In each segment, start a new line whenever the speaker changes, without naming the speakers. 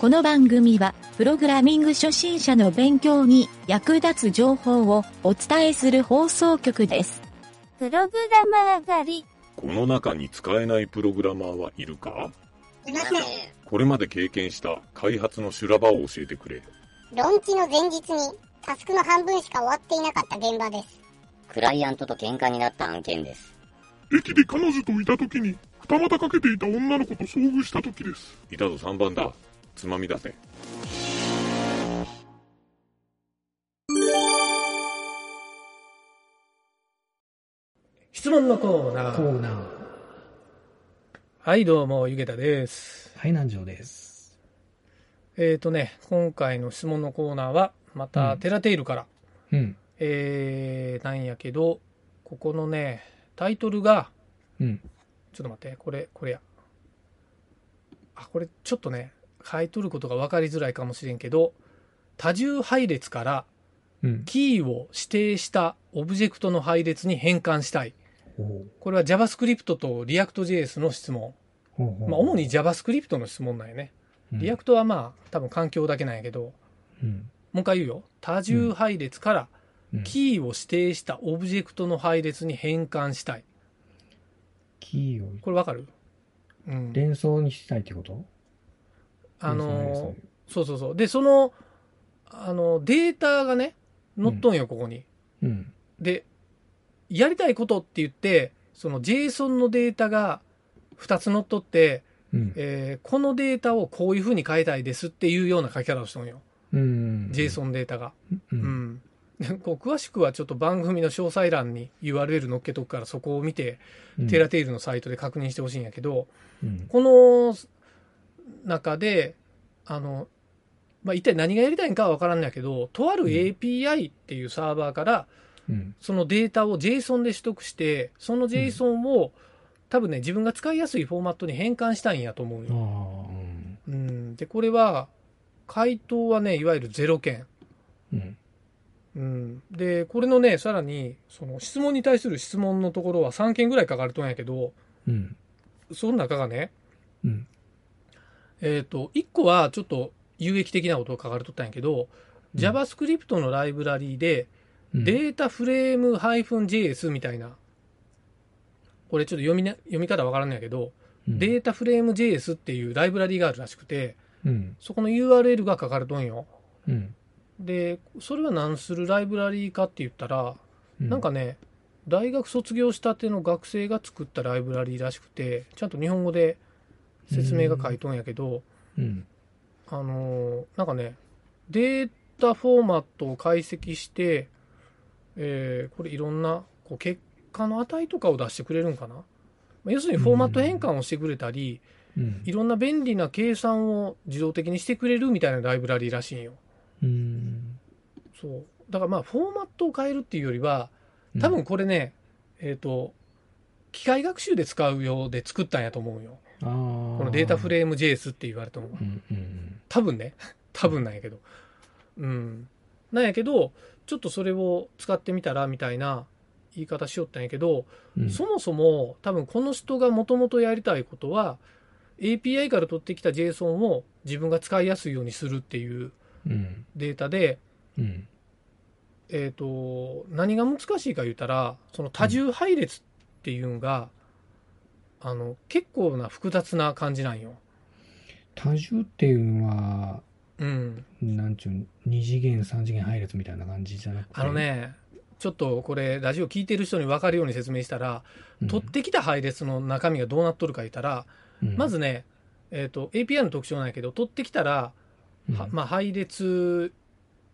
この番組は、プログラミング初心者の勉強に役立つ情報をお伝えする放送局です。
プログラマー上がり。
この中に使えないプログラマーはいるか
いません。
これまで経験した開発の修羅場を教えてくれ。
ロンチの前日にタスクの半分しか終わっていなかった現場です。
クライアントと喧嘩になった案件です。
駅で彼女といた時に二股かけていた女の子と遭遇した時です
いたぞ3番だ。つまみ出せ。
質問のコーナ
コ
ー。
ーナー。
はい、どうも、ゆげたです。
はい、南條です。
えっ、ー、とね、今回の質問のコーナーは、また、
うん
テラテイルから、
うん。
えー、なんやけど、ここのね、タイトルが、
うん。
ちょっと待って、これ、これや。あ、これ、ちょっとね、買い取ることが分かりづらいかもしれんけど、多重配列から、
うん。
キーを指定したオブジェクトの配列に変換したい。
ほう
これは JavaScript と ReactJS の質問。
ほうほう
まあ、主に JavaScript の質問なんやね。リアクトはまあ、多分環境だけなんやけど、
うん。
もう一回言うよ。多重配列から
うん
キーを指定したオブジェクトの配列に変換したい。
キーを
これわかるうん。
連想にしたいってこと
あ
連
の
想
ー、そうそうそう。で、その、あの、データがね、載っとんよ、ここに。
うん。
で、やりたいことって言って、その JSON のデータが2つ載っとって、
うん。
えーこのデータをこういう風に変えたいですっていうような書き方をしとんよ。
うん。
JSON データが。う
う。
んん、 こう詳しくはちょっと番組の詳細欄に URL 載っけとくからそこを見て、
うん。
テラテイルのサイトで確認してほしいんやけど
うん。
この中であの、まあ、一体何がやりたいんかは分からんのやけどとある
うん
API っていうサーバーから
うん。
そのデータを JSON で取得してその JSON を多分ね自分が使いやすいフォーマットに変換したいんやと思う
あ
よ。
あ。うん
うん、でこれは回答はねいわゆる0件。
うん。
うん、でこれのねさらにその質問に対する質問のところは3件ぐらい書かれとんやけど
うん。
その中がね、
うん
えっと1個はちょっと有益的なことを書かれとったんやけど、
うん
JavaScript のライブラリーで、
うん。
データフレーム -js みたいなこれちょっと読み,、ね、読み方わからんのやけど、
うん、
データフレーム -js っていうライブラリーがあるらしくて
うん。
そこの URL が書かれとんよ
うん。
でそれは何するライブラリーかって言ったら
う
なんか、ね、大学卒業したての学生が作ったライブラリーらしくて、ちゃんと日本語で説明が書いとんやけど、
うん。
あのーなんかね、データフォーマットを解析して、えーこれいろんなこう結果の値とかを出してくれるんかな。まあ要するにフォーマット変換をしてくれたり、
うん。
いろんな便利な計算を自動的にしてくれるみたいなライブラリーらしいんよ。
うん。
そう。だからまあ、フォーマットを変えるっていうよりは、多分、これね、えっ、と、機械学習で使うようで作ったんやと思うよ。
ああ。こ
このデータフ
ー
レーム JS って言われたのは。
ム。うん。うん。
多分ね。 多分なんやけど。うん。なんやけど、ちょっとそれを使ってみたらみたいな言い方しよったんやけど、
うん。
そもそも多分この人がもともとやりたいことは、API から取ってきた JSON を自分が使いやすいようにするっていう
うん。
データで、
うん。
えー、と何が難しいか言ったらその多重配列っていうのが、あの結構な複雑な感じなんよ。
多重っていうのは、
うん、
なんちゅう、二次元、三次元配列みたいな感じじゃなくて。
あのねちょっとこれラジオ聞いてる人に分かるように説明したら、
うん、
取ってきた配列の中身がどうなっとるか言ったら、
うん、
まずね、えー、と API の特徴なんやけど取ってきたら、
うん、
はまあ、配列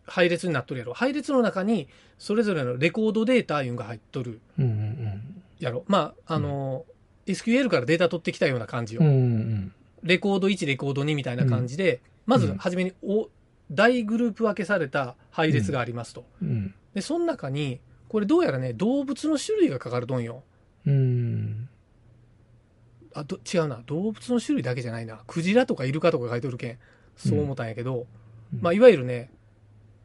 配列になっとるやろ配列の中にそれぞれのレコードデータいうのが入っとる
うんうん
やろまああの、SQL からデータ取ってきたような感じよ
うん。う。んうん
レコード1、レコード2みたいな感じで、まず初めにお大グループ分けされた配列がありますと。
うん。うん
で、その中に、これどうやらね、動物の種類がかかるとんよ。
うん。
あ、ど違うな。動物の種類だけじゃないな。クジラとかイルカとか書いとるけん。そう思ったんやけど、
うん
まあ、いわゆるね、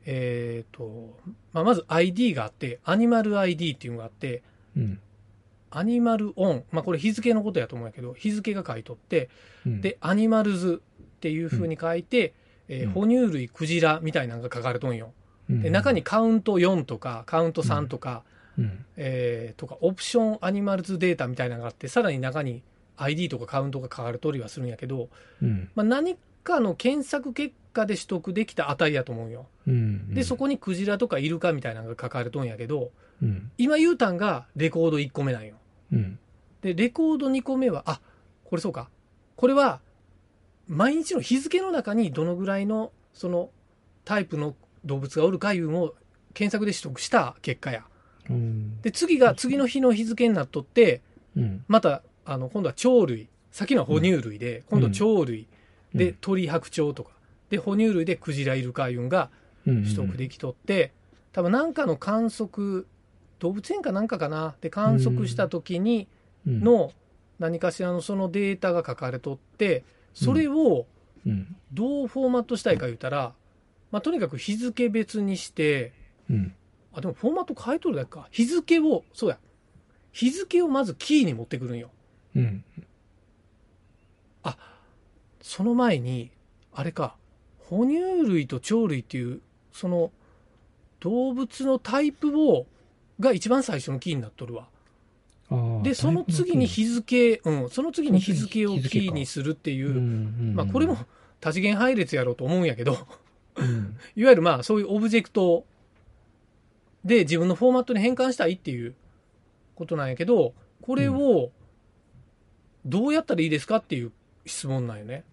えっ、と、まあ、まず ID があって、アニマル ID っていうのがあって、
うん。
アニマルオン。まあ、これ日付のことやと思うんやけど、日付が書いとって、
うん、
で、アニマルズっていう風に書いて、えー
うん
哺乳類クジラみたいなのが書かれとんよ。
うん
で中に、カウント4とかカウント3とか、
うん、
えーとかオプションアニマルズデータみたいなのがあってさらに中に ID とかカウントが書かれとりはするんやけど、
うん、
まあ、何かの検索結果で取得できた値やと思うよ。
うん。
でそこにクジラとかイルカみたいなのが書かれとんやけど
うん、
今言うたんがレコード1個目なんよ。
うん、
でレコード2個目はあこれそうかこれは毎日の日付の中にどのぐらいのそのタイプの動物がおるかいうのを検索で取得した結果や
うん、
で次が次の日の日付になっとって
うん、
またあの今度は鳥類先のは哺乳類で、今度は鳥類で、
うん
鳥白鳥とかで哺乳類でクジライルカイウンが
うん、
取得できとって、多分何かの観測動物園かなんかかなで観測した時に、
うん、
の何かしらのそのデータが書かれとってそれを
うん、
どうフォーマットしたいか言うたら、まあ、とにかく日付別にして
うん、
あでもフォーマット変えとるだけか日付をそうや日付をまずキーに持ってくるんよ
うん、
その前にあれか哺乳類と鳥類っていうその動物のタイプをが一番最初のキーになっとるわ
あー
でその次に日付、うん、その次に日付をキ
日付
ー
か
にするっていうう、
ん、
まあ、これも多次元配列やろうと思うんやけど
うん、
いわゆるまあそういうオブジェクトで自分のフォーマットに変換したいっていうことなんやけどこれをどうやったらいいですかっていう質問なんよね。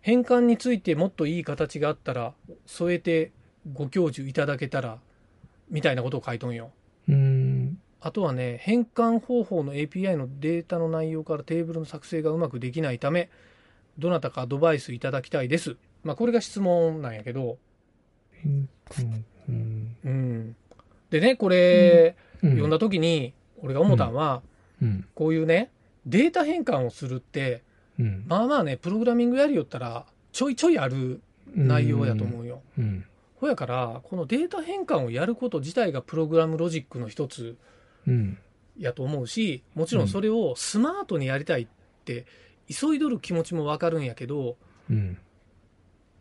変換についてもっといい形があったら添えてご教授いただけたらみたいなことを書いとんよ。
うん、
あとはね、変換方法の API のデータの内容からテーブルの作成がうまくできないため、どなたかアドバイスいただきたいです。まあ、これが質問なんやけど、
変換、うん、
うん。でね、これ、読ん
だ、
だ時に、俺が思ったんは、
うん、
こういうね、データ変換をするって、
うん、
まあまあね、プログラミングやりよったら、ちょいちょいある内容やと思うよ。
うん。
ほやから、このデータ変換をやること自体がプログラムロジックの一つ
うん、
やと思うしもちろんそれをスマートにやりたいって急いどる気持ちもわかるんやけど
うん、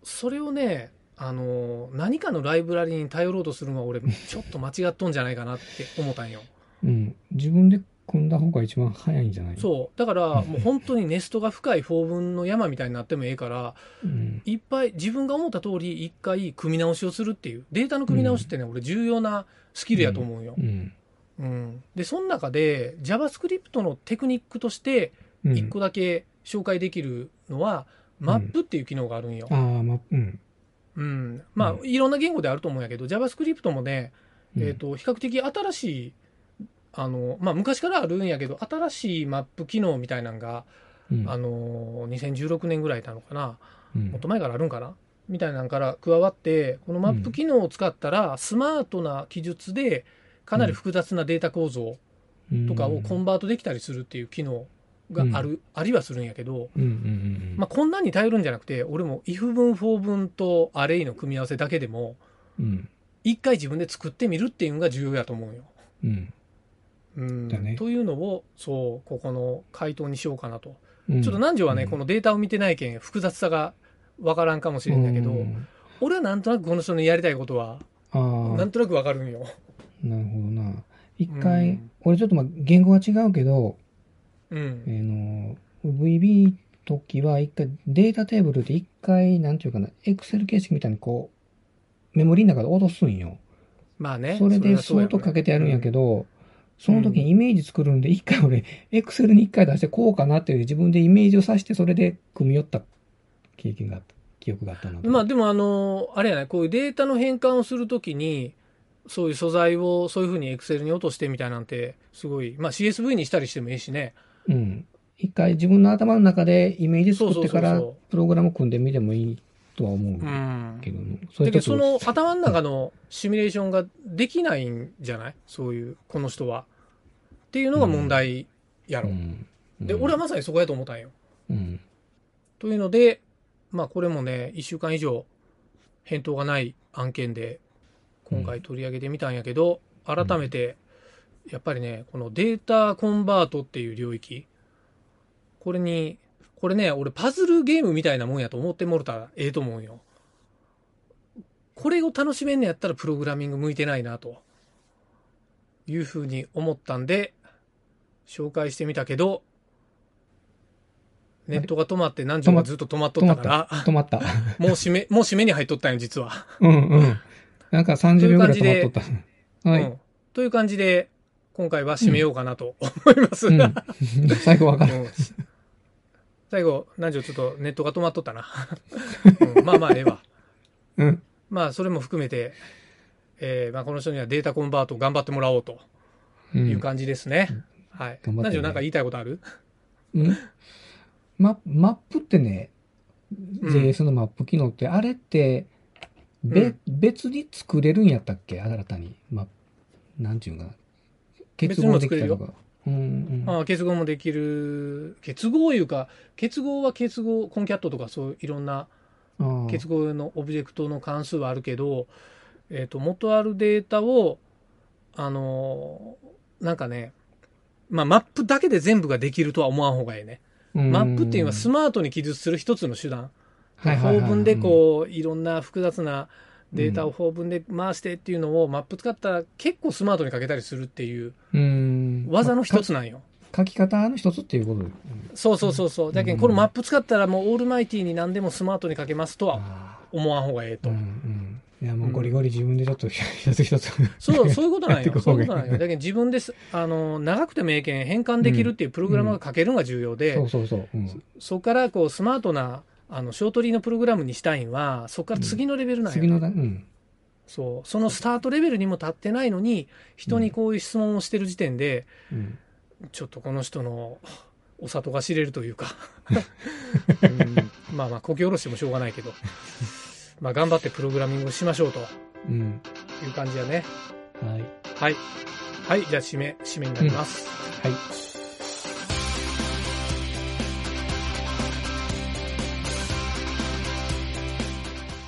それをねあの何かのライブラリに頼ろうとするのは俺ちょっと間違っとんじゃないかなって思ったんよ
うん。自分で組んだ方が一番早いんじゃない
そうだからもう本当にネストが深い法文の山みたいになってもええから
う。うん、
いっぱい自分が思った通り一回組み直しをするっていうデータの組み直しってね俺重要なスキルやと思うよ
う、ん、
うん、でその中で JavaScript のテクニックとして
うん。
1個だけ紹介できるのは、マップっていう機能があるんよ。
ああ、ま、うん。
うん。まあ
う、ん
いろんな言語であると思うんやけど、JavaScript もね、
うん
えっ、と、比較的新しい、あの、まあ、昔からあるんやけど、新しいマップ機能みたいなのが、
うん、
あの、2016年ぐらいなのかな、
うん
もっと前からあるんかなみたいなのから加わって、このマップ機能を使ったら、スマートな記述で、かなり複雑なデータ構造とかをコンバートできたりするっていう機能がある、ありはするんやけど、
うん、うん、うん。
まあ、こんなんに頼るんじゃなくて、俺も if 文、for 文とアレイの組み合わせだけでも、
うん、
一回自分で作ってみるっていうのが重要やと思うよ。
うん。
うん
だね
というのを、そう、ここの回答にしようかなと。
うん
ちょっと南條はね、
うん
このデータを見てないけん、複雑さがわからんかもしれんだけど、
うん
俺はなんとなくこの人のやりたいことは、
ああ、
なんとなくわかるんよ。
なるほどな。一
う
回
ん、
俺ちょっとまあ言語は違うけど、
う
あ
ん。
の、VB 時は一回データテーブルで一回、なんていうかな、Excel 形式みたいにこう、メモリの中で落とすんよ。
まあね。
それで
はうや
相
ろ
当
うね
かけてやるんやけど、その時にイメージ作るんで、一回俺、エクセルに一回出してこうかなっていう自分でイメージをさして、それで組み寄った経験があった、記憶があったなと。
まあでもあの、あれやね、こういうデータの変換をするときに、そういう素材をそういうふうに Excel に落としてみたいなんて、すごい、まあ CSV にしたりしてもいいしね。
うん。一回自分の頭の中でイメージ作って
そ
か
う
ら
そうそうそ、
プログラム組んでみてもいいとは思う
うん。
けども、そ
だ
れ
けど
と
その頭の中のシミュレーションができないんじゃないそういう、この人は。っていうのが問題やろ。
うん。
で、俺はまさにそこやと思ったんよ。
うん。
というので、まあこれもね、1週間以上返答がない案件で今回取り上げてみたんやけど、
ん
改めてやっぱりね、このデータコンバートっていう領域、これに、これね、俺パズルゲームみたいなもんやと思ってもろたらええと思うんよ。これを楽しめんのやったらプログラミング向いてないなというふうに思ったんで紹介してみたけどネットが止まって何時もずっと止まっと
止
っ
ま
た
っ
か
た
ら。
止まった。
もう締 めもう締めに入っとったんよ実は、
うんうん。なんか30秒ぐらい
という
止
感
まっとった。は
う
い。
ん、という感じで今回は締めようかなと思います、
うん最後わかる。
うん 最後、何時ちょっとネットが止まっとった な。うんまあまあ、ええわ。
うん。
まあ、それも含めて、えーまあ、この人にはデータコンバートを頑張ってもらおうと
う。
いうん感じですね。はい。
頑張ってね
何時なんか言いたいことある
うんママップってね、
うん
JS のマップ機能って、あれって、べ、別に作れるんやったっけ新たに。ま、なんていうんかな。結合できたのが。うんうん。
ああ結合もできる。結合いうか、結合は結合、コンキャットとかそういういろんな
あー
結合のオブジェクトの関数はあるけど、えっ、と、元あるデータを、あのーなんかね、まあ、マップだけで全部ができるとは思わん方がいいね。
うん
マップっていうのはスマートに記述する一つの手段。
はいはいはい
法文でこう、いろんな複雑なデータを法文で回してっていうのをマップ使ったら結構スマートに書けたりするっていう
うん、
技の一
ま
つなんよ。
あか書き方の一つっていうことで。
そうそうそうそう。だけ
うん
どこのマップ使ったらもうオールマイティーに何でもスマートに書けますとは
あ
思わん方がええ
ー
と。
うんうん。いや、もうゴリゴリ自分でちょっと 一つ一つ。
そう、そういうことなん
やって
よ。
く
そ
方
う
が
い
いうい
ことなんよ。だけど自分です、あの、長くてもええけん変換できるっていうプログラムが書けるのが重要で、
そうそうそう。うん
そこからこうスマートな、あの、ショートリーのプログラムにしたいんは、そこから次のレベルなんよね。
次のだ、うん。
そう。そのスタートレベルにも立ってないのに、人にこういう質問をしてる時点で、
うん。
ちょっとこの人のお里が知れると いうか、うんまあまあ、こき下ろしてもしょうがないけど、まあ頑張ってプログラミングをしましょうと
うん。
いう感じだね。
はい。
はい。はい、じゃあ締め、締めになります。
はい。